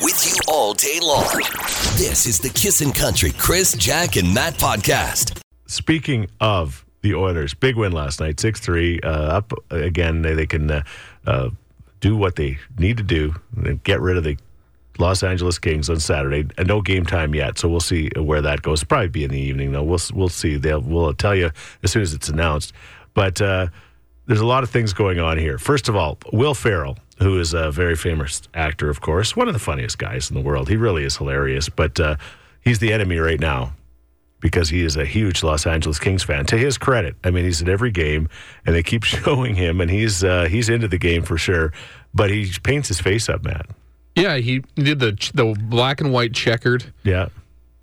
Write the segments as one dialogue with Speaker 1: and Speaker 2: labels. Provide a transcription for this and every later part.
Speaker 1: with you all day long. This is the Kissin' Country Chris, Jack, and Matt podcast.
Speaker 2: Speaking of the Oilers, big win last night, six three. Uh, up again, they, they can uh, uh, do what they need to do and get rid of the Los Angeles Kings on Saturday. Uh, No game time yet, so we'll see where that goes. Probably be in the evening though. We'll we'll see. They'll we'll tell you as soon as it's announced. But uh, there's a lot of things going on here. First of all, Will Farrell, who is a very famous actor, of course, one of the funniest guys in the world. He really is hilarious. But uh, he's the enemy right now because he is a huge Los Angeles Kings fan. To his credit, I mean, he's at every game, and they keep showing him, and he's uh, he's into the game for sure. But he paints his face up, man.
Speaker 3: Yeah, he did the ch- the black and white checkered
Speaker 2: Yeah,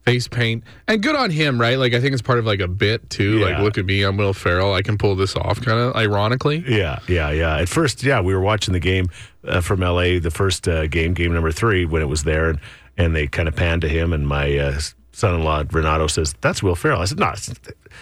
Speaker 3: face paint, and good on him, right? Like I think it's part of like a bit too. Like
Speaker 2: Yeah.
Speaker 3: look at me, I'm Will Ferrell, I can pull this off, kind of ironically.
Speaker 2: yeah, yeah, yeah. At first, yeah, we were watching the game uh, from LA, the first uh, game, game number three, when it was there, and and they kind of panned to him, and my. Uh, Son-in-law Renato says that's Will Farrell. I said, "No, it's-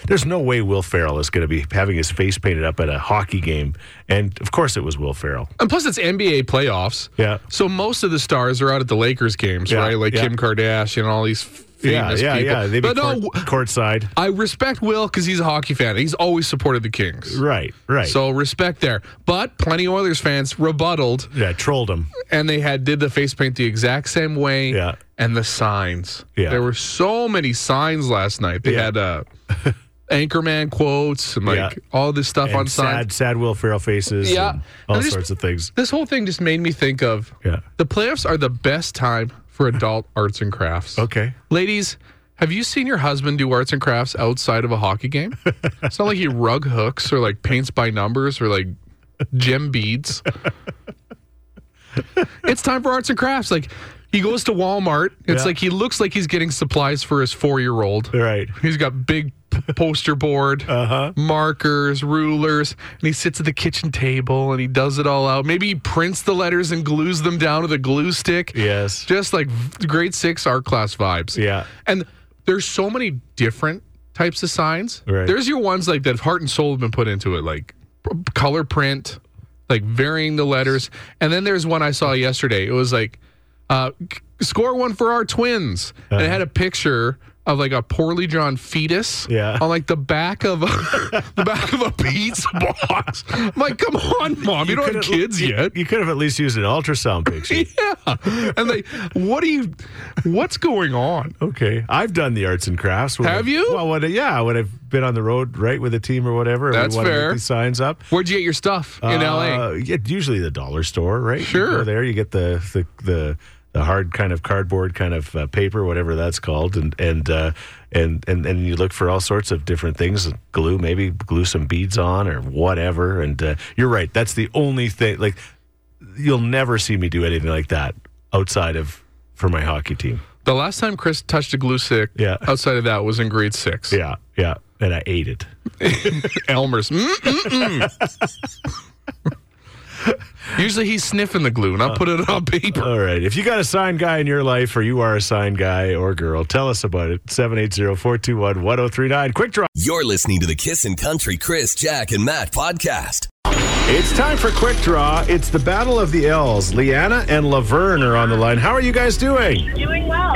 Speaker 2: there's no way Will Farrell is going to be having his face painted up at a hockey game." And of course, it was Will Farrell.
Speaker 3: And plus, it's NBA playoffs.
Speaker 2: Yeah.
Speaker 3: So most of the stars are out at the Lakers games,
Speaker 2: Yeah,
Speaker 3: right? Like
Speaker 2: yeah.
Speaker 3: Kim Kardashian, all these famous
Speaker 2: yeah, yeah,
Speaker 3: people.
Speaker 2: yeah. They'd be
Speaker 3: but no,
Speaker 2: court,
Speaker 3: w-
Speaker 2: courtside.
Speaker 3: I respect Will because he's a hockey fan. He's always supported the Kings.
Speaker 2: Right, right.
Speaker 3: So respect there, but plenty of Oilers fans rebutted,
Speaker 2: yeah, trolled him.
Speaker 3: and they had did the face paint the exact same way.
Speaker 2: Yeah.
Speaker 3: And the signs.
Speaker 2: Yeah.
Speaker 3: There were so many signs last night. They
Speaker 2: Yeah.
Speaker 3: had uh, Anchorman quotes and like
Speaker 2: Yeah.
Speaker 3: all this stuff on
Speaker 2: And
Speaker 3: signs.
Speaker 2: sad, sad Will Ferrell faces.
Speaker 3: Yeah.
Speaker 2: and all
Speaker 3: And this-
Speaker 2: sorts of things.
Speaker 3: This whole thing just made me think of
Speaker 2: Yeah.
Speaker 3: the playoffs are the best time for adult arts and crafts.
Speaker 2: Okay.
Speaker 3: Ladies, have you seen your husband do arts and crafts outside of a hockey game? it's not like he rug hooks or like paints by numbers or like gem beads. it's time for arts and crafts. Like he goes to Walmart. It's
Speaker 2: Yeah.
Speaker 3: like he looks like he's getting supplies for his four year old.
Speaker 2: All right.
Speaker 3: He's got big poster board,
Speaker 2: Uh-huh.
Speaker 3: markers, rulers, and he sits at the kitchen table and he does it all out. Maybe he prints the letters and glues them down with a glue stick.
Speaker 2: Yes.
Speaker 3: Just like v- grade six art class vibes.
Speaker 2: Yeah.
Speaker 3: And there's so many different types of signs.
Speaker 2: Right.
Speaker 3: There's your ones like that heart and soul have been put into it, like p- color print, like varying the letters. And then there's one I saw yesterday. It was like, uh, c- score one for our twins. And it had
Speaker 2: Uh-huh.
Speaker 3: a picture of like a poorly drawn fetus
Speaker 2: Yeah.
Speaker 3: on like the back of a, the back of a pizza box. I'm like, come on, mom, you, don't have
Speaker 2: could've-
Speaker 3: kids
Speaker 2: you-
Speaker 3: yet.
Speaker 2: You could have at least used an ultrasound picture.
Speaker 3: yeah. And like, what are you, what's going on?
Speaker 2: okay. I've done the arts and crafts. when
Speaker 3: Have
Speaker 2: I've-
Speaker 3: you?
Speaker 2: Well, when I- yeah, when I've been on the road, right, with a team or whatever. and we
Speaker 3: That's
Speaker 2: wanna get
Speaker 3: fair.
Speaker 2: These signs up.
Speaker 3: Where'd you get your stuff in LA?
Speaker 2: Uh, yeah, usually the dollar store, right? You
Speaker 3: Sure.
Speaker 2: go there you get the the the, the hard kind of cardboard kind of uh, paper, whatever that's called, and and uh, and and and you look for all sorts of different things, glue maybe glue some beads on or whatever. And uh, you're right, that's the only thing. Like you'll never see me do anything like that outside of for my hockey team.
Speaker 3: The last time Chris touched a glue stick
Speaker 2: Yeah.
Speaker 3: outside of that was in grade six.
Speaker 2: Yeah, yeah, and I ate it.
Speaker 3: Elmer's. Mm, mm, mm. Usually he's sniffing the glue
Speaker 2: Uh.
Speaker 3: and I put it on paper.
Speaker 2: All right. If you got a sign guy in your life or you are a sign guy or girl, tell us about it. 780 421 1039. Quick draw.
Speaker 1: You're listening to the Kissin' Country Chris, Jack, and Matt podcast.
Speaker 2: It's time for Quick Draw. It's the Battle of the L's. Leanna and Laverne are on the line. How are you guys doing?
Speaker 4: Doing well.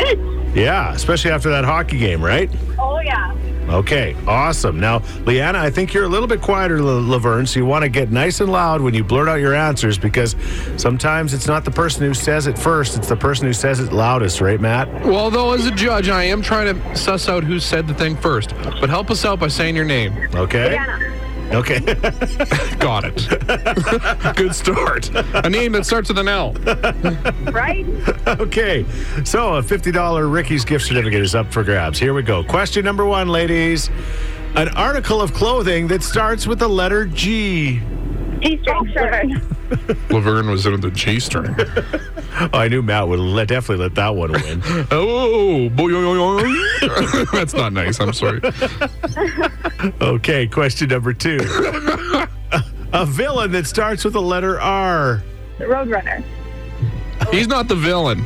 Speaker 2: Yeah, especially after that hockey game, right?
Speaker 4: oh yeah.
Speaker 2: Okay, awesome. Now, Leanna, I think you're a little bit quieter, La- Laverne, so you want to get nice and loud when you blurt out your answers because sometimes it's not the person who says it first, it's the person who says it loudest, right, Matt?
Speaker 3: Well, though, as a judge, I am trying to suss out who said the thing first. But help us out by saying your name.
Speaker 2: Okay?
Speaker 4: Anna.
Speaker 2: Okay.
Speaker 3: Got it. Good start. A name that starts with an L.
Speaker 4: Right?
Speaker 2: okay. So a $50 Ricky's gift certificate is up for grabs. Here we go. Question number one, ladies. An article of clothing that starts with the letter G.
Speaker 4: G string shirt.
Speaker 3: Laverne was in the G string.
Speaker 2: Oh, I knew Matt would let, definitely let that one win.
Speaker 3: Oh, boy, oy, oy, oy. that's not nice. I'm sorry.
Speaker 2: okay, question number two. a villain that starts with the letter R.
Speaker 4: Roadrunner.
Speaker 3: He's not the villain.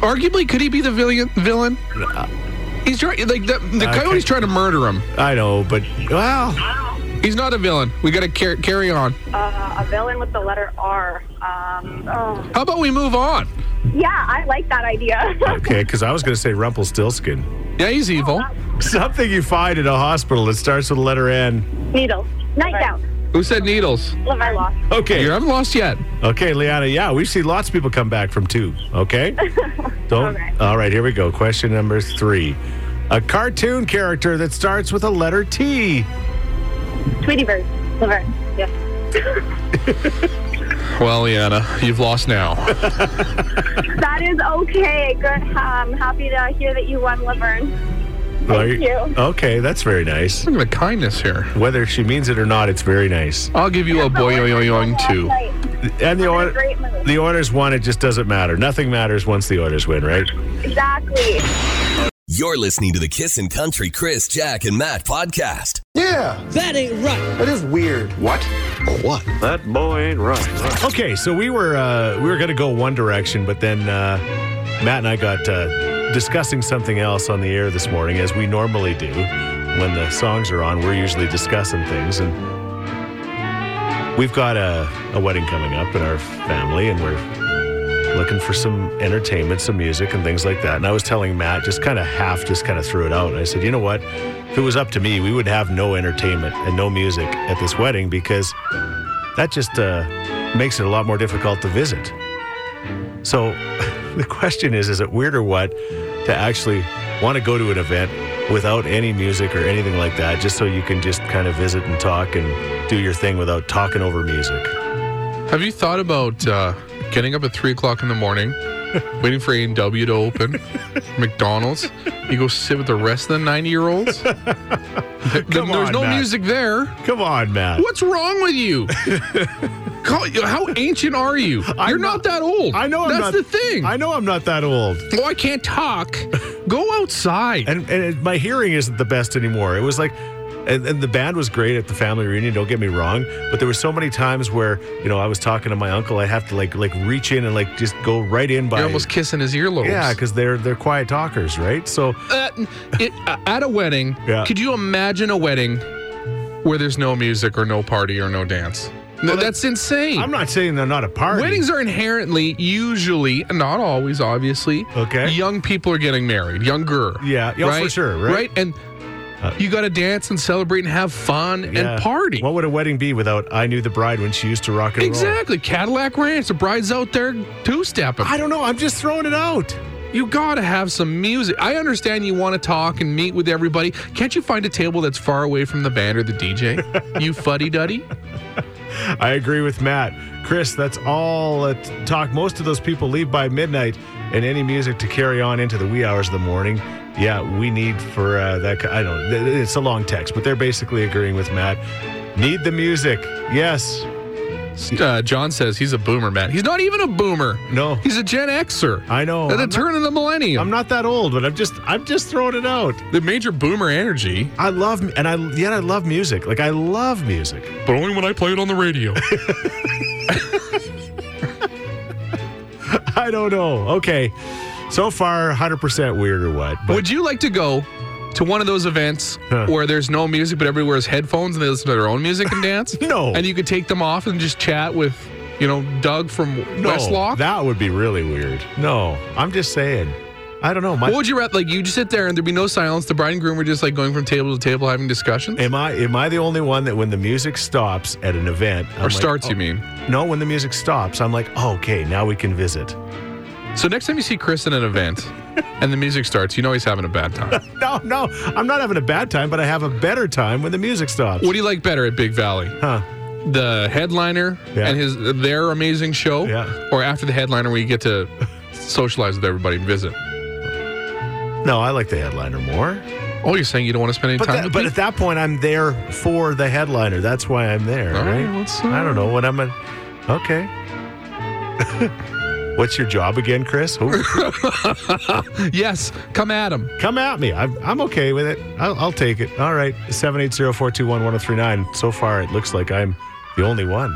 Speaker 3: Arguably, could he be the villain? Villain? He's trying like the, the
Speaker 2: Okay.
Speaker 3: coyote's trying to murder him.
Speaker 2: I know, but well,
Speaker 3: He's not a villain. We got to car- carry on.
Speaker 4: Uh, a villain with the letter R. Um, oh,
Speaker 3: How about we move on?
Speaker 4: Yeah, I like that idea.
Speaker 2: Okay, because I was going to say Rumpelstiltskin.
Speaker 3: Yeah, he's evil.
Speaker 2: Something you find in a hospital that starts with the letter N.
Speaker 4: Needles. Night out.
Speaker 3: Who said needles?
Speaker 4: I lost.
Speaker 3: You
Speaker 2: Okay.
Speaker 3: haven't lost yet.
Speaker 2: Okay, Liana. Yeah, we've seen lots of people come back from two. Okay. Don't.
Speaker 4: Okay.
Speaker 2: All right. Here we go. Question number three: A cartoon character that starts with a letter T.
Speaker 4: Tweety Bird. Laverne. Yeah.
Speaker 3: Well, Leanna, you've lost now.
Speaker 4: That is okay. Good. I'm happy to hear that you won, Laverne.
Speaker 2: Thank
Speaker 4: you.
Speaker 2: Okay, that's very nice.
Speaker 3: Look at the kindness here.
Speaker 2: Whether she means it or not, it's very nice.
Speaker 3: I'll give you a boy yoing too.
Speaker 2: And the
Speaker 4: What a
Speaker 2: order,
Speaker 4: great move.
Speaker 2: the orders won. It just doesn't matter. Nothing matters once the orders win, right?
Speaker 4: Exactly.
Speaker 1: You're listening to the Kissin' Country Chris, Jack, and Matt podcast.
Speaker 5: Yeah. That ain't right. That is weird. What? What?
Speaker 6: That boy ain't right.
Speaker 2: Okay, so we were uh, we were going to go one direction, but then uh, Matt and I got uh, discussing something else on the air this morning, as we normally do when the songs are on. We're usually discussing things, and we've got a, a wedding coming up in our family, and we're looking for some entertainment, some music, and things like that. And I was telling Matt, just kind of half, just kind of threw it out, and I said, you know what? If it was up to me, we would have no entertainment and no music at this wedding because that just uh, makes it a lot more difficult to visit. So the question is is it weird or what to actually want to go to an event without any music or anything like that, just so you can just kind of visit and talk and do your thing without talking over music?
Speaker 3: Have you thought about uh, getting up at three o'clock in the morning, waiting for A and W to open, McDonald's? You go sit with the rest of the ninety-year-olds.
Speaker 2: Come
Speaker 3: There's
Speaker 2: on,
Speaker 3: no
Speaker 2: Matt.
Speaker 3: music there.
Speaker 2: Come on, Matt.
Speaker 3: What's wrong with you? Call- How ancient are you? You're not, that old.
Speaker 2: I know I'm
Speaker 3: That's
Speaker 2: not,
Speaker 3: the thing.
Speaker 2: I know I'm not that old.
Speaker 3: oh, I can't talk. Go outside.
Speaker 2: and and it- my hearing isn't the best anymore. It was like. And, and the band was great at the family reunion. Don't get me wrong, but there were so many times where you know I was talking to my uncle. I'd have to like like reach in and like just go right in by
Speaker 3: You're almost kissing his earlobes.
Speaker 2: yeah, because they're they're quiet talkers, right? So
Speaker 3: Uh, it, uh, at a wedding,
Speaker 2: Yeah.
Speaker 3: could you imagine a wedding where there's no music or no party or no dance? No, that's insane.
Speaker 2: I'm not saying they're not a party.
Speaker 3: Weddings are inherently, usually, not always, obviously.
Speaker 2: Okay.
Speaker 3: Young people are getting married, younger.
Speaker 2: Yeah, yeah, for sure, right? Uh,
Speaker 3: And you got to dance and celebrate and have fun
Speaker 2: Yeah.
Speaker 3: and party.
Speaker 2: What would a wedding be without I knew the bride when she used to rock and roll?
Speaker 3: exactly. Cadillac Ranch. The bride's out there two stepping.
Speaker 2: I don't know. I'm just throwing it out.
Speaker 3: You got to have some music. I understand you want to talk and meet with everybody. Can't you find a table that's far away from the band or the DJ? you fuddy duddy.
Speaker 2: I agree with Matt. Chris, that's all uh, t- talk. Most of those people leave by midnight, and any music to carry on into the wee hours of the morning. Yeah, we need for uh, that. ki- I don't. th- th- It's a long text, but they're basically agreeing with Matt. Need the music? Yes.
Speaker 3: Uh, John says he's a boomer, Matt. He's not even a boomer.
Speaker 2: No.
Speaker 3: He's a Gen Xer.
Speaker 2: I know.
Speaker 3: At the
Speaker 2: I'm not-
Speaker 3: turn of the millennium.
Speaker 2: I'm not that old, but I'm just. I'm just throwing it out.
Speaker 3: the major boomer energy,
Speaker 2: I love, m- and I yet I love music. Like I love music.
Speaker 3: but only when I play it on the radio.
Speaker 2: I don't know. Okay. So far, 100% weird or what? But
Speaker 3: Would you like to go to one of those events
Speaker 2: Huh.
Speaker 3: where there's no music, but everybody wears headphones and they listen to their own music and dance?
Speaker 2: No.
Speaker 3: And you could take them off and just chat with, you know, Doug from
Speaker 2: no,
Speaker 3: Westlock?
Speaker 2: that would be really weird. No, I'm just saying. I don't know. My,
Speaker 3: what would you rather? Like, you just sit there and there'd be no silence. The bride and groom were just like going from table to table having discussions?
Speaker 2: am I am I the only one that when the music stops at an event I'm
Speaker 3: or
Speaker 2: like,
Speaker 3: starts,
Speaker 2: oh-
Speaker 3: you mean?
Speaker 2: No, when the music stops, I'm like, oh, okay, now we can visit.
Speaker 3: So next time you see Chris in an event and the music starts, you know he's having a bad time.
Speaker 2: No, no, I'm not having a bad time, but I have a better time when the music stops.
Speaker 3: What do you like better at Big Valley?
Speaker 2: huh?
Speaker 3: The headliner
Speaker 2: Yeah.
Speaker 3: and his their amazing show,
Speaker 2: Yeah.
Speaker 3: or after the headliner where you get to socialize with everybody and visit?
Speaker 2: No, I like the headliner more.
Speaker 3: Oh, you're saying you don't want to spend any
Speaker 2: But,
Speaker 3: time
Speaker 2: that,
Speaker 3: with
Speaker 2: but
Speaker 3: me?
Speaker 2: at that point, I'm there for the headliner. That's why I'm there,
Speaker 3: All
Speaker 2: right?
Speaker 3: right, let's,
Speaker 2: I don't
Speaker 3: uh,
Speaker 2: know what I'm a. Okay. What's your job again, Chris? Ooh,
Speaker 3: Yes, come at him.
Speaker 2: come at me. I'm, I'm okay with it. I'll, I'll take it. All right. 780 421 1039. So far, it looks like I'm the only one.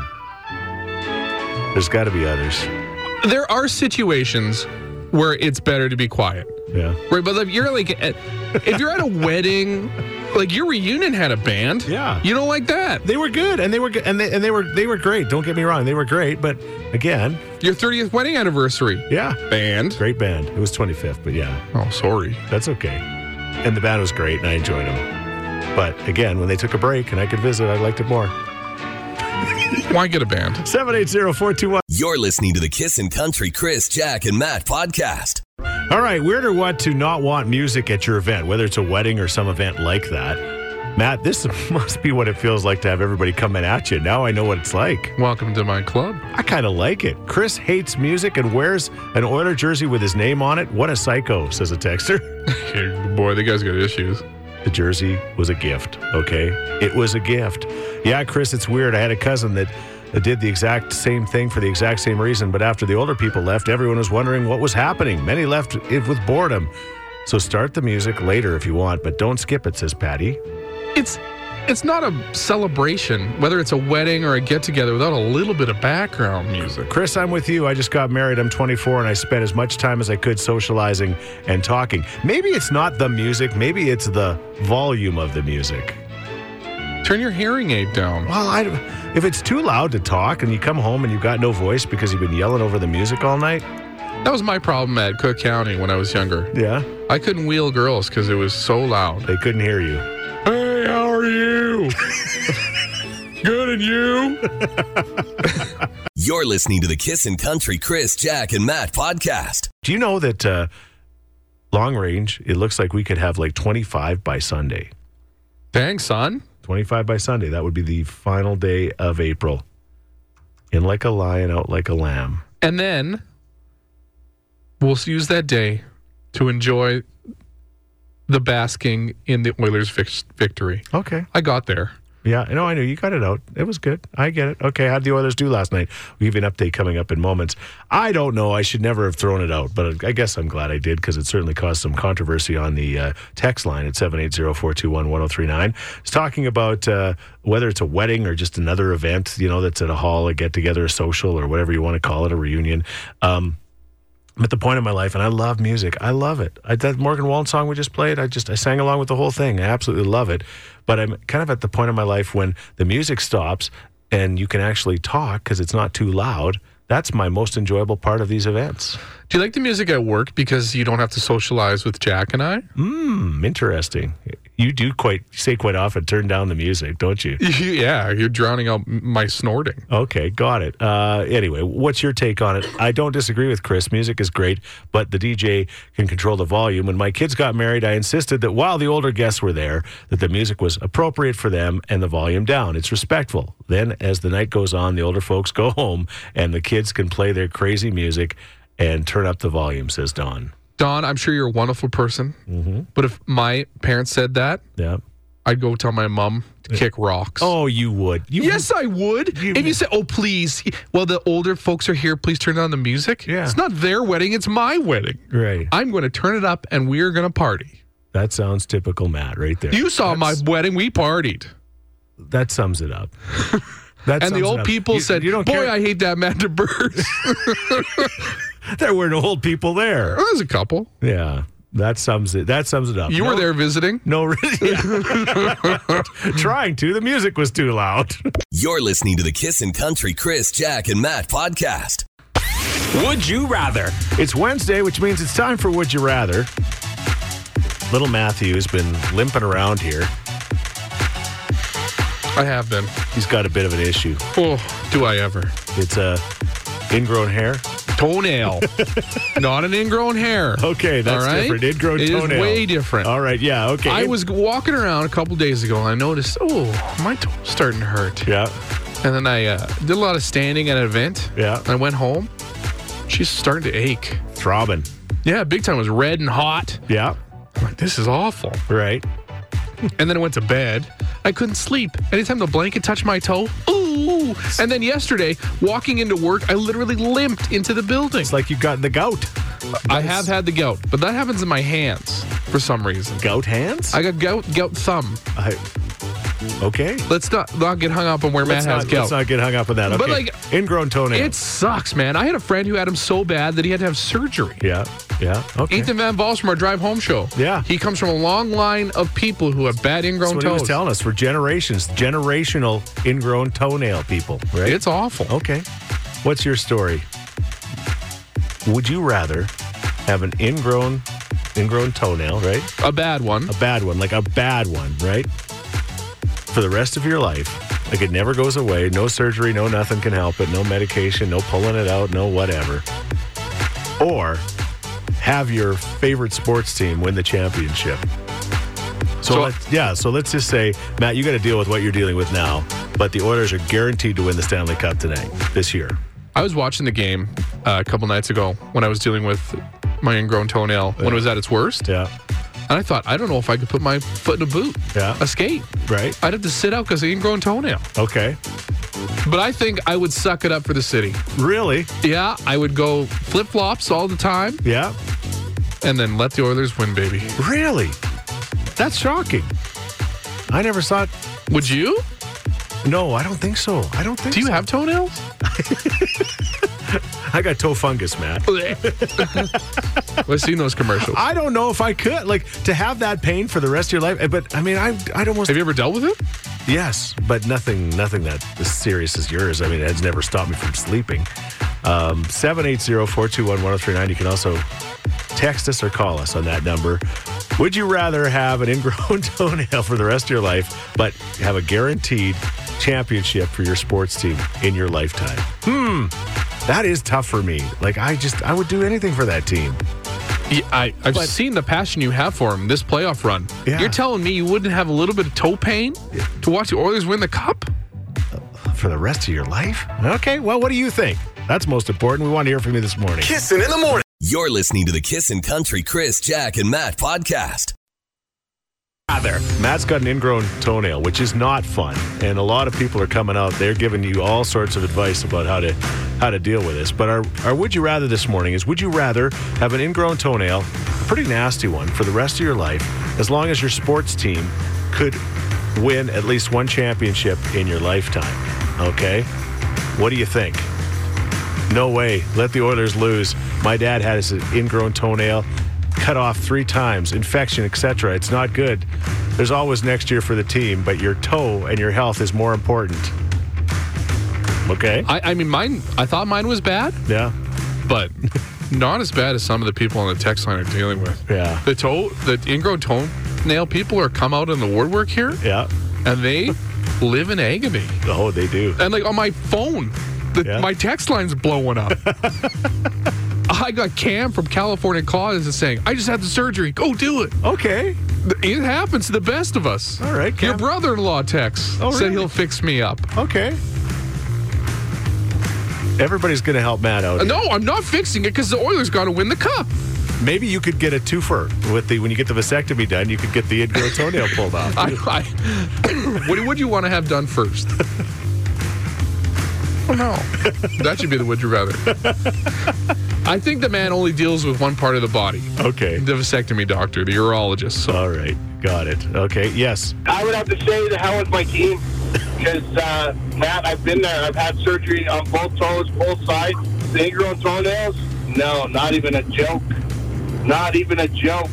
Speaker 2: There's got to be others.
Speaker 3: There are situations where it's better to be quiet.
Speaker 2: Yeah.
Speaker 3: Right, but if you're like, at- if you're at a wedding Like your reunion had a band.
Speaker 2: Yeah.
Speaker 3: You don't like that.
Speaker 2: They were good, and they were good, and they and they were they were great. Don't get me wrong, they were great. But again,
Speaker 3: Your 30th wedding anniversary.
Speaker 2: yeah,
Speaker 3: Band.
Speaker 2: great band. It was 25th, but yeah,
Speaker 3: Oh, sorry.
Speaker 2: that's okay. And the band was great, and I enjoyed them. But again, when they took a break and I could visit, I liked it more.
Speaker 3: Why get a band?
Speaker 2: 780 421
Speaker 1: You're listening to the Kissin' Country Chris, Jack, and Matt podcast.
Speaker 2: All right, weird or what to not want music at your event, whether it's a wedding or some event like that. Matt, this must be what it feels like to have everybody coming at you. Now I know what it's like.
Speaker 3: Welcome to my club.
Speaker 2: I kind of like it. Chris hates music and wears an Oiler jersey with his name on it. What a psycho, says a texter.
Speaker 3: Hey, boy, the guy's got issues.
Speaker 2: The jersey was a gift, okay? It was a gift. Yeah, Chris, it's weird. I had a cousin that did the exact same thing for the exact same reason, but after the older people left, everyone was wondering what was happening. Many left if with boredom. So start the music later if you want, but don't skip it, says Patty.
Speaker 3: It's it's not a celebration, whether it's a wedding or a get together, without a little bit of background music.
Speaker 2: Chris, I'm with you. I just got married. I'm 24 and I spent as much time as I could socializing and talking. Maybe it's not the music, maybe it's the volume of the music.
Speaker 3: Turn your hearing aid down.
Speaker 2: Well, I, if it's too loud to talk and you come home and you've got no voice because you've been yelling over the music all night,
Speaker 3: That was my problem at Cook County when I was younger.
Speaker 2: yeah,
Speaker 3: I couldn't wheel girls because it was so loud.
Speaker 2: they couldn't hear you.
Speaker 3: Hey, how are you? Good and you?
Speaker 1: You're listening to the Kissin' Country Chris, Jack, and Matt podcast.
Speaker 2: Do you know that uh, long range, it looks like we could have like 25 by Sunday?
Speaker 3: Dang, son.
Speaker 2: 25 by Sunday. That would be the final day of April. In like a lion, out like a lamb.
Speaker 3: And then we'll use that day to enjoy the basking in the Oilers' vic- victory.
Speaker 2: Okay.
Speaker 3: I got there.
Speaker 2: Yeah, no, I know you got it out. It was good. I get it. Okay, how'd the Oilers do last night? We'll give you an update coming up in moments. I don't know. I should never have thrown it out, but I guess I'm glad I did because it certainly caused some controversy on the uh, text line at 780-421-1039. It's talking about uh, whether it's a wedding or just another event, you know, that's at a hall, a get-together, a social, or whatever you want to call it, a reunion. Um, I'm at the point in my life, and I love music. I love it. I, that Morgan Wallen song we just played, I just I sang along with the whole thing. I absolutely love it. But I'm kind of at the point in my life when the music stops and you can actually talk because it's not too loud. That's my most enjoyable part of these events.
Speaker 3: Do you like the music at work because you don't have to socialize with Jack and I?
Speaker 2: Hmm, interesting. You do quite you say quite often turn down the music, don't you?
Speaker 3: yeah, you're drowning out m- my snorting.
Speaker 2: Okay, got it. Uh, anyway, what's your take on it? I don't disagree with Chris. Music is great, but the DJ can control the volume. When my kids got married, I insisted that while the older guests were there, that the music was appropriate for them and the volume down. It's respectful. Then, as the night goes on, the older folks go home and the kids can play their crazy music and turn up the volume. Says Don.
Speaker 3: Don, I'm sure you're a wonderful person, but if my parents said that,
Speaker 2: Yeah.
Speaker 3: I'd go tell my mom to kick rocks.
Speaker 2: Oh, you would. You
Speaker 3: Yes, I would.
Speaker 2: You-
Speaker 3: if you say, "Oh, please," well, the older folks are here. Please turn on the music.
Speaker 2: Yeah.
Speaker 3: it's not their wedding; it's my wedding.
Speaker 2: Right.
Speaker 3: I'm going to turn it up, and we're going to party.
Speaker 2: That sounds typical, Matt. Right there.
Speaker 3: You saw
Speaker 2: That's-
Speaker 3: my wedding; we partied,
Speaker 2: That sums it up. That
Speaker 3: and
Speaker 2: sums
Speaker 3: the
Speaker 2: it
Speaker 3: old
Speaker 2: up.
Speaker 3: people
Speaker 2: You-
Speaker 3: said,
Speaker 2: you don't
Speaker 3: "Boy,
Speaker 2: care-
Speaker 3: I hate that Matt DeBurse."
Speaker 2: There were no old people there.
Speaker 3: there was a couple.
Speaker 2: Yeah, that sums it. That sums it up.
Speaker 3: You
Speaker 2: no,
Speaker 3: were there visiting.
Speaker 2: No, really. yeah. Trying to. The music was too loud.
Speaker 1: You're listening to the Kissin' Country Chris, Jack, and Matt podcast.
Speaker 5: Would you rather?
Speaker 2: It's Wednesday, which means it's time for Would You Rather. Little Matthew's been limping around here.
Speaker 3: I have been.
Speaker 2: He's got a bit of an issue.
Speaker 3: Oh, do I ever?
Speaker 2: It's uh, ingrown hair.
Speaker 3: Toenail, not an ingrown hair.
Speaker 2: Okay, that's
Speaker 3: All right?
Speaker 2: different. Ingrown
Speaker 3: It is
Speaker 2: toenail.
Speaker 3: way different.
Speaker 2: All right, yeah, okay.
Speaker 3: I
Speaker 2: In-
Speaker 3: was walking around a couple days ago, and I noticed, oh, my toe's starting to hurt.
Speaker 2: Yeah,
Speaker 3: And then I uh, did a lot of standing at an event.
Speaker 2: Yeah.
Speaker 3: And I went home. She's starting to ache.
Speaker 2: throbbing.
Speaker 3: Yeah, big time. It was red and hot.
Speaker 2: Yeah,
Speaker 3: I'm like, this is awful.
Speaker 2: right.
Speaker 3: And then I went to bed. I couldn't sleep. Anytime the blanket touched my toe, ooh. And then yesterday, walking into work, I literally limped into the building.
Speaker 2: It's like you got the gout.
Speaker 3: I have had the gout, but that happens in my hands for some reason.
Speaker 2: Gout hands?
Speaker 3: I got gout, gout thumb.
Speaker 2: I- Okay.
Speaker 3: Let's not not get hung up on where
Speaker 2: Let's
Speaker 3: Matt has
Speaker 2: not, let's
Speaker 3: gout.
Speaker 2: not get hung up on that. Okay.
Speaker 3: But, like,
Speaker 2: ingrown toenail.
Speaker 3: It sucks, man. I had a friend who had him so bad that he had to have surgery.
Speaker 2: yeah, yeah. Okay.
Speaker 3: Ethan Van Vals from our Drive Home show.
Speaker 2: Yeah.
Speaker 3: He comes from a long line of people who have bad
Speaker 2: That's
Speaker 3: ingrown
Speaker 2: what he was
Speaker 3: toes.
Speaker 2: telling us for generations, generational ingrown toenail people. Right.
Speaker 3: It's awful.
Speaker 2: Okay. What's your story? Would you rather have an ingrown ingrown toenail, right?
Speaker 3: A bad one.
Speaker 2: A bad one, like a bad one, right? For the rest of your life. Like it never goes away. No surgery, no nothing can help it. No medication, no pulling it out, no whatever. Or have your favorite sports team win the championship. So,
Speaker 3: So-
Speaker 2: let's, yeah, so let's just say, Matt, you got to deal with what you're dealing with now, but the Oilers are guaranteed to win the Stanley Cup tonight, this year.
Speaker 3: I was watching the game uh, a couple nights ago when I was dealing with my ingrown toenail when it was at its worst.
Speaker 2: Yeah,
Speaker 3: And I thought, I don't know if I could put my foot in a boot,
Speaker 2: Yeah.
Speaker 3: a skate.
Speaker 2: right.
Speaker 3: I'd have to sit out because of the ingrown toenail.
Speaker 2: Okay,
Speaker 3: But I think I would suck it up for the city.
Speaker 2: really?
Speaker 3: Yeah, I would go flip flops all the time
Speaker 2: Yeah,
Speaker 3: and then let the Oilers win, baby.
Speaker 2: really. That's shocking. I never saw it.
Speaker 3: Would you?
Speaker 2: No, I don't think so. I don't think.
Speaker 3: Do you
Speaker 2: so.
Speaker 3: have toenails?
Speaker 2: I got toe fungus, Matt.
Speaker 3: I've seen those commercials.
Speaker 2: I don't know if I could like to have that pain for the rest of your life. But I mean, I I'd almost
Speaker 3: Have you ever dealt with it?
Speaker 2: Yes, but nothing, nothing that as serious as yours. I mean, it's never stopped me from sleeping. Um, 780-421-1039. You can also text us or call us on that number. Would you rather have an ingrown toenail for the rest of your life, but have a guaranteed championship for your sports team in your lifetime? Hmm, that is tough for me. Like, I just, I would do anything for that team.
Speaker 3: Yeah, I, I've
Speaker 2: But-
Speaker 3: seen the passion you have for him this playoff run.
Speaker 2: Yeah.
Speaker 3: You're telling me you wouldn't have a little bit of toe pain to watch the Oilers win the cup?
Speaker 2: For the rest of your life? Okay, well, what do you think? That's most important. We want to hear from you this morning.
Speaker 5: Kissing in the morning.
Speaker 1: You're listening to the Kissin' Country Chris, Jack, and Matt podcast.
Speaker 2: Matt's got an ingrown toenail, which is not fun, and a lot of people are coming out. They're giving you all sorts of advice about how to how to deal with this. But our our would you rather this morning is: Would you rather have an ingrown toenail, a pretty nasty one, for the rest of your life, as long as your sports team could win at least one championship in your lifetime? Okay, what do you think? No way. Let the Oilers lose. My dad had his ingrown toenail cut off three times, infection, etc. It's not good. There's always next year for the team, but your toe and your health is more important. Okay.
Speaker 3: I, I mean, mine, I thought mine was bad,
Speaker 2: Yeah.
Speaker 3: but not as bad as some of the people on the text line are dealing with.
Speaker 2: Yeah.
Speaker 3: The toe, the ingrown toenail people are come out in the woodwork here
Speaker 2: Yeah.
Speaker 3: and they live in agony.
Speaker 2: Oh, they do.
Speaker 3: And like on my phone, the,
Speaker 2: Yeah.
Speaker 3: my text line's blowing up. I got Cam from California Cause is saying, I just had the surgery. Go do it.
Speaker 2: Okay.
Speaker 3: It happens to the best of us.
Speaker 2: All right, Cam.
Speaker 3: Your brother in law texts
Speaker 2: Oh,
Speaker 3: said
Speaker 2: really?
Speaker 3: he'll fix me up.
Speaker 2: Okay. Everybody's going to help Matt out.
Speaker 3: Uh, No, I'm not fixing it because the Oilers got to win the cup.
Speaker 2: Maybe you could get a twofer with the when you get the vasectomy done. You could get the ingrown toenail pulled off.
Speaker 3: I, I, what would you want to have done first? Oh, no. That should be the would you rather. I think the man only deals with one part of the body
Speaker 2: Okay.
Speaker 3: the vasectomy doctor, the urologist. So
Speaker 2: All right. Got it. Okay. Yes.
Speaker 6: I would have to say the hell with my team because uh, Matt, I've been there. I've had surgery on both toes, both sides. The ingrown toenails? No, not even a joke. Not even a joke.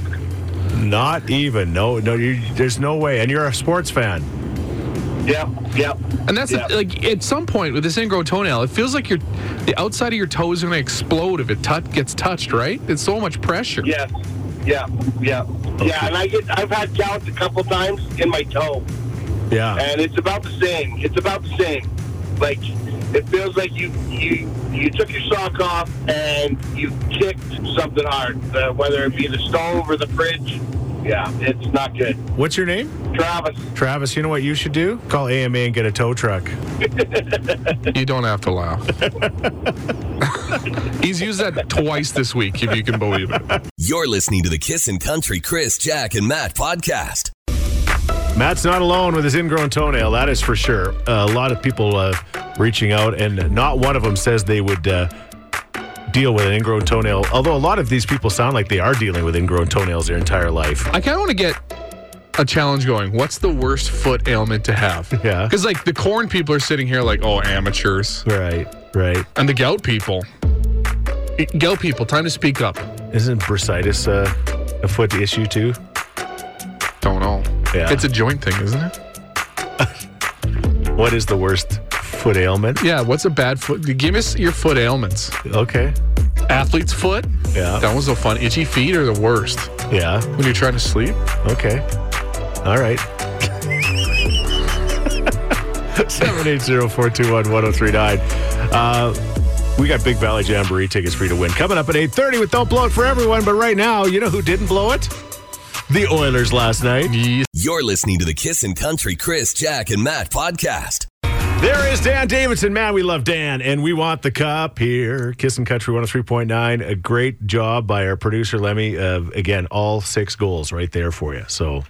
Speaker 2: Not even. No, no. You, there's no way. And you're a sports fan.
Speaker 6: Yep, yep.
Speaker 3: And that's the-
Speaker 6: Yeah.
Speaker 3: like at some point with this ingrown toenail, it feels like your the outside of your toe is going to explode if it tou gets touched, right? It's so much pressure.
Speaker 6: Yes, yeah, yeah, yeah. And I get, I've had counts a couple times in my toe,
Speaker 2: Yeah.
Speaker 6: and it's about the same. It's about the same. Like it feels like you you you took your sock off and you kicked something hard, uh, whether it be the stove or the fridge. Yeah, it's not good.
Speaker 2: What's your name?
Speaker 6: Travis,
Speaker 2: Travis, you know what you should do? Call AMA and get a tow truck.
Speaker 3: You don't have to laugh. He's used that twice this week, if you can believe it.
Speaker 1: You're listening to the Kissin' Country Chris, Jack, and Matt podcast.
Speaker 2: Matt's not alone with his ingrown toenail, that is for sure. Uh, a lot of people uh, reaching out, and not one of them says they would uh, deal with an ingrown toenail. Although a lot of these people sound like they are dealing with ingrown toenails their entire life.
Speaker 3: I kind of want to get a challenge going. What's the worst foot ailment to have?
Speaker 2: Yeah.
Speaker 3: Because like the corn people are sitting here like, oh, amateurs,
Speaker 2: Right, right.
Speaker 3: and the gout people, gout people, time to speak up.
Speaker 2: Isn't bursitis uh, a foot issue too?
Speaker 3: Don't know.
Speaker 2: Yeah.
Speaker 3: It's a joint thing, isn't it?
Speaker 2: What is the worst foot ailment?
Speaker 3: Yeah. What's a bad foot? Give us your foot ailments.
Speaker 2: Okay.
Speaker 3: Athlete's foot.
Speaker 2: Yeah.
Speaker 3: That was so fun. Itchy feet are the worst
Speaker 2: Yeah.
Speaker 3: when you're trying to sleep.
Speaker 2: Okay. All right. 780-421-1039. Uh, we got Big Valley Jamboree tickets for you to win. Coming up at 8.30 with Don't Blow It for Everyone. But right now, you know who didn't blow it? The Oilers last night.
Speaker 1: You're listening to the Kissin' Country Chris, Jack, and Matt podcast.
Speaker 2: There is Dan Davidson. Man, we love Dan, and we want the cup here. Kissing Country 103.9. A great job by our producer, Lemmy. Uh, again, all six goals right there for you. So,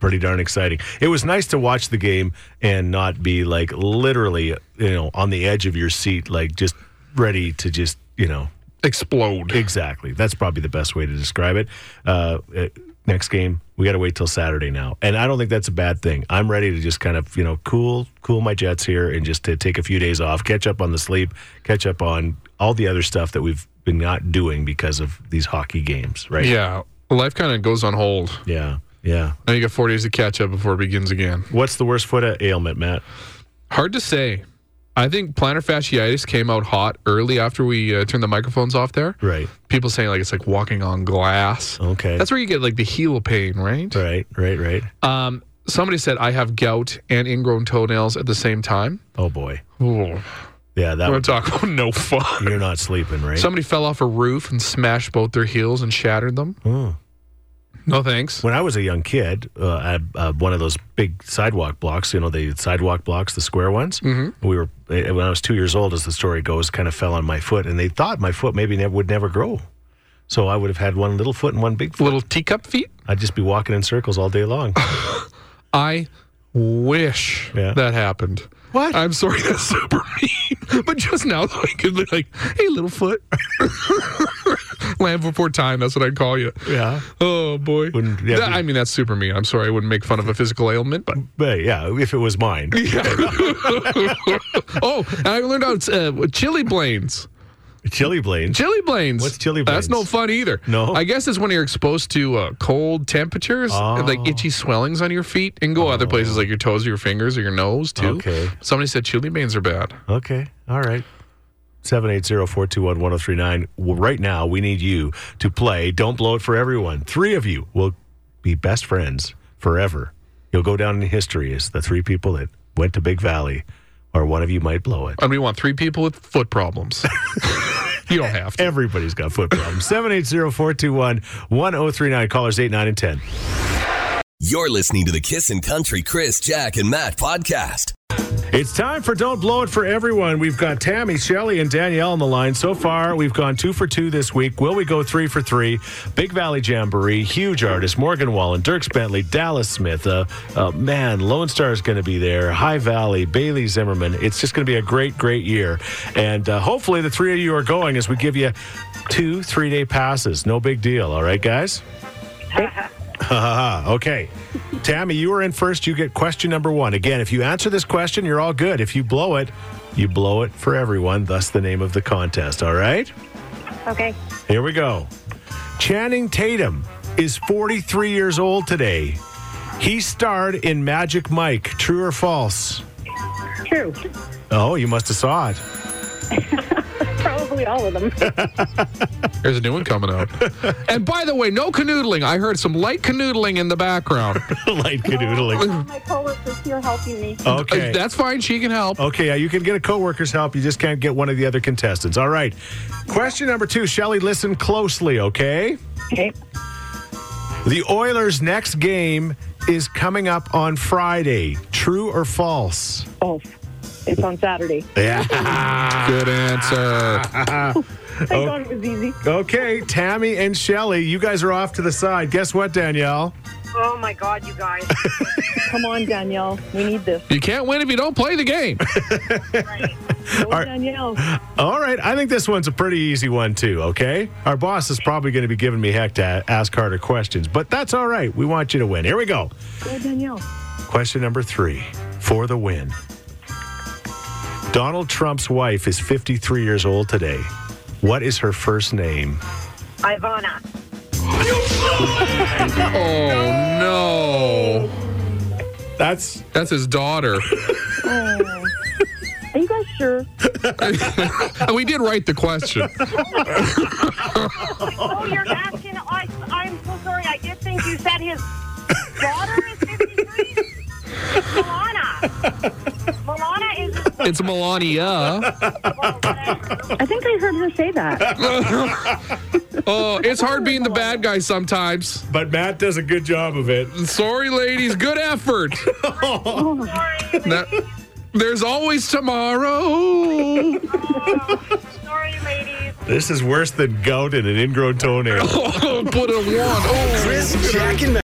Speaker 2: pretty darn exciting. It was nice to watch the game and not be like literally, you know, on the edge of your seat, like just ready to just, you know,
Speaker 3: Explode.
Speaker 2: Exactly. That's probably the best way to describe it. Uh, uh, next game, we got to wait till Saturday now, and I don't think that's a bad thing. I'm ready to just kind of you know cool cool my jets here and just to take a few days off, catch up on the sleep, catch up on all the other stuff that we've been not doing because of these hockey games, right?
Speaker 3: Yeah. Life kind of goes on hold.
Speaker 2: yeah, yeah.
Speaker 3: Now you got four days to catch up before it begins again.
Speaker 2: What's the worst foot ailment, Matt?
Speaker 3: Hard to say. I think plantar fasciitis came out hot early after we uh, turned the microphones off there.
Speaker 2: Right.
Speaker 3: People saying like it's like walking on glass.
Speaker 2: Okay.
Speaker 3: That's where you get like the heel pain, right?
Speaker 2: right. Right. Right.
Speaker 3: Um, somebody said I have gout and ingrown toenails at the same time.
Speaker 2: Oh boy.
Speaker 3: Ooh,
Speaker 2: Yeah, that.
Speaker 3: I'm
Speaker 2: Would,
Speaker 3: talk about no fun.
Speaker 2: you're not sleeping, right?
Speaker 3: Somebody fell off a roof and smashed both their heels and shattered them.
Speaker 2: Hmm.
Speaker 3: No thanks.
Speaker 2: When I was a young kid, uh, I had uh, one of those big sidewalk blocks, you know, the sidewalk blocks, the square ones. Mm-hmm. We were, eh, when I was two years old, as the story goes, kind of fell on my foot, and they thought my foot maybe never, would never grow. So I would have had one little foot and one big foot.
Speaker 3: Little teacup feet.
Speaker 2: I'd just be walking in circles all day long.
Speaker 3: I wish
Speaker 2: Yeah.
Speaker 3: that happened.
Speaker 2: What?
Speaker 3: I'm sorry, that's super mean. But just now, so I could be like, hey, little foot. Land before time, that's what I'd call you.
Speaker 2: yeah.
Speaker 3: Oh, boy.
Speaker 2: Wouldn't- yeah,
Speaker 3: That-
Speaker 2: we-
Speaker 3: I mean, that's super mean. I'm sorry, I wouldn't make fun of a physical ailment, but.
Speaker 2: But yeah, if it was mine.
Speaker 3: oh, and I learned out uh, chili blains.
Speaker 2: Chili Blaine.
Speaker 3: Chili blains.
Speaker 2: What's chili
Speaker 3: That's no
Speaker 2: blains?
Speaker 3: fun either.
Speaker 2: No?
Speaker 3: I guess it's when you're exposed to uh, cold temperatures, and,
Speaker 2: Oh.
Speaker 3: like itchy swellings on your feet, and go other places like your toes or your fingers or your nose too.
Speaker 2: Okay.
Speaker 3: Somebody said chili blains are bad.
Speaker 2: Okay. All right. 780-421-1039. Well, right now, we need you to play Don't Blow It for Everyone. Three of you will be best friends forever. You'll go down in history as the three people that went to Big Valley, or one of you might blow it.
Speaker 3: And we want three people with foot problems. you don't have to.
Speaker 2: Everybody's got foot problems. 780-421-1039. Callers 8, 9, and 10.
Speaker 1: You're listening to the Kissin' Country Chris, Jack, and Matt podcast.
Speaker 2: It's time for Don't Blow It for Everyone. We've got Tammy, Shelley, and Danielle on the line. So far, we've gone two for two this week. Will we go three for three? Big Valley Jamboree, huge artist, Morgan Wallen, Dirks Bentley, Dallas Smith. Uh, uh, man, Lone Star is going to be there. High Valley, Bailey Zimmerman. It's just going to be a great, great year. And uh, hopefully, the three of you are going as we give you two three day passes. No big deal. All right, guys? Ah, okay. Tammy, you are in first. You get question number one. Again, if you answer this question, you're all good. If you blow it, you blow it for everyone. Thus, the name of the contest. All right?
Speaker 4: Okay.
Speaker 2: Here we go. Channing Tatum is 43 years old today. He starred in Magic Mike. True or false?
Speaker 4: True.
Speaker 2: Oh, you must have saw it.
Speaker 4: Probably all of them.
Speaker 3: There's a new one coming out. and by the way, no canoodling. I heard some light canoodling in the background.
Speaker 2: Light canoodling.
Speaker 4: my coworkers here helping me.
Speaker 2: Okay.
Speaker 3: Uh, That's fine. She can help.
Speaker 2: Okay, yeah, you can get a coworker's help. You just can't get one of the other contestants. All right. Question number two, Shelly, listen closely, okay?
Speaker 4: Okay.
Speaker 2: The Oilers' next game is coming up on Friday. True or false?
Speaker 4: Oh, it's on Saturday.
Speaker 2: Yeah.
Speaker 3: Good answer.
Speaker 4: I thought it was easy.
Speaker 2: okay, Tammy and Shelly, you guys are off to the side. Guess what, Danielle?
Speaker 7: Oh my God, you guys.
Speaker 8: Come on, Danielle. We need this.
Speaker 3: You can't win if you don't play the game.
Speaker 7: Right.
Speaker 8: Go,
Speaker 2: right.
Speaker 8: Danielle.
Speaker 2: All right, I think this one's a pretty easy one too. Okay, our boss is probably going to be giving me heck to a- ask harder questions, but that's all right. We want you to win. Here we go.
Speaker 8: Go, Danielle.
Speaker 2: Question number three for the win. Donald Trump's wife is 53 years old today. What is her first name?
Speaker 7: Ivana.
Speaker 3: Oh no,
Speaker 2: That's
Speaker 3: that's his daughter.
Speaker 8: Oh. Are you guys sure?
Speaker 3: And we did write the question.
Speaker 7: Oh, you're asking. I, I'm so sorry. I did think you said his daughter is 53. Milana. Milana is.
Speaker 3: It's
Speaker 7: Well,
Speaker 3: Melania.
Speaker 7: whatever.
Speaker 8: I think I heard her say that.
Speaker 3: Oh, it's hard being the bad guy sometimes.
Speaker 2: but Matt does a good job of it.
Speaker 3: Sorry, ladies. Good effort.
Speaker 7: Sorry,
Speaker 3: That- there's always Oh, tomorrow.
Speaker 7: ladies. Sorry, ladies.
Speaker 2: This is worse than gout and an ingrown toenail.
Speaker 3: Oh, put a one. Oh.
Speaker 5: Chris, Jack, and Matt.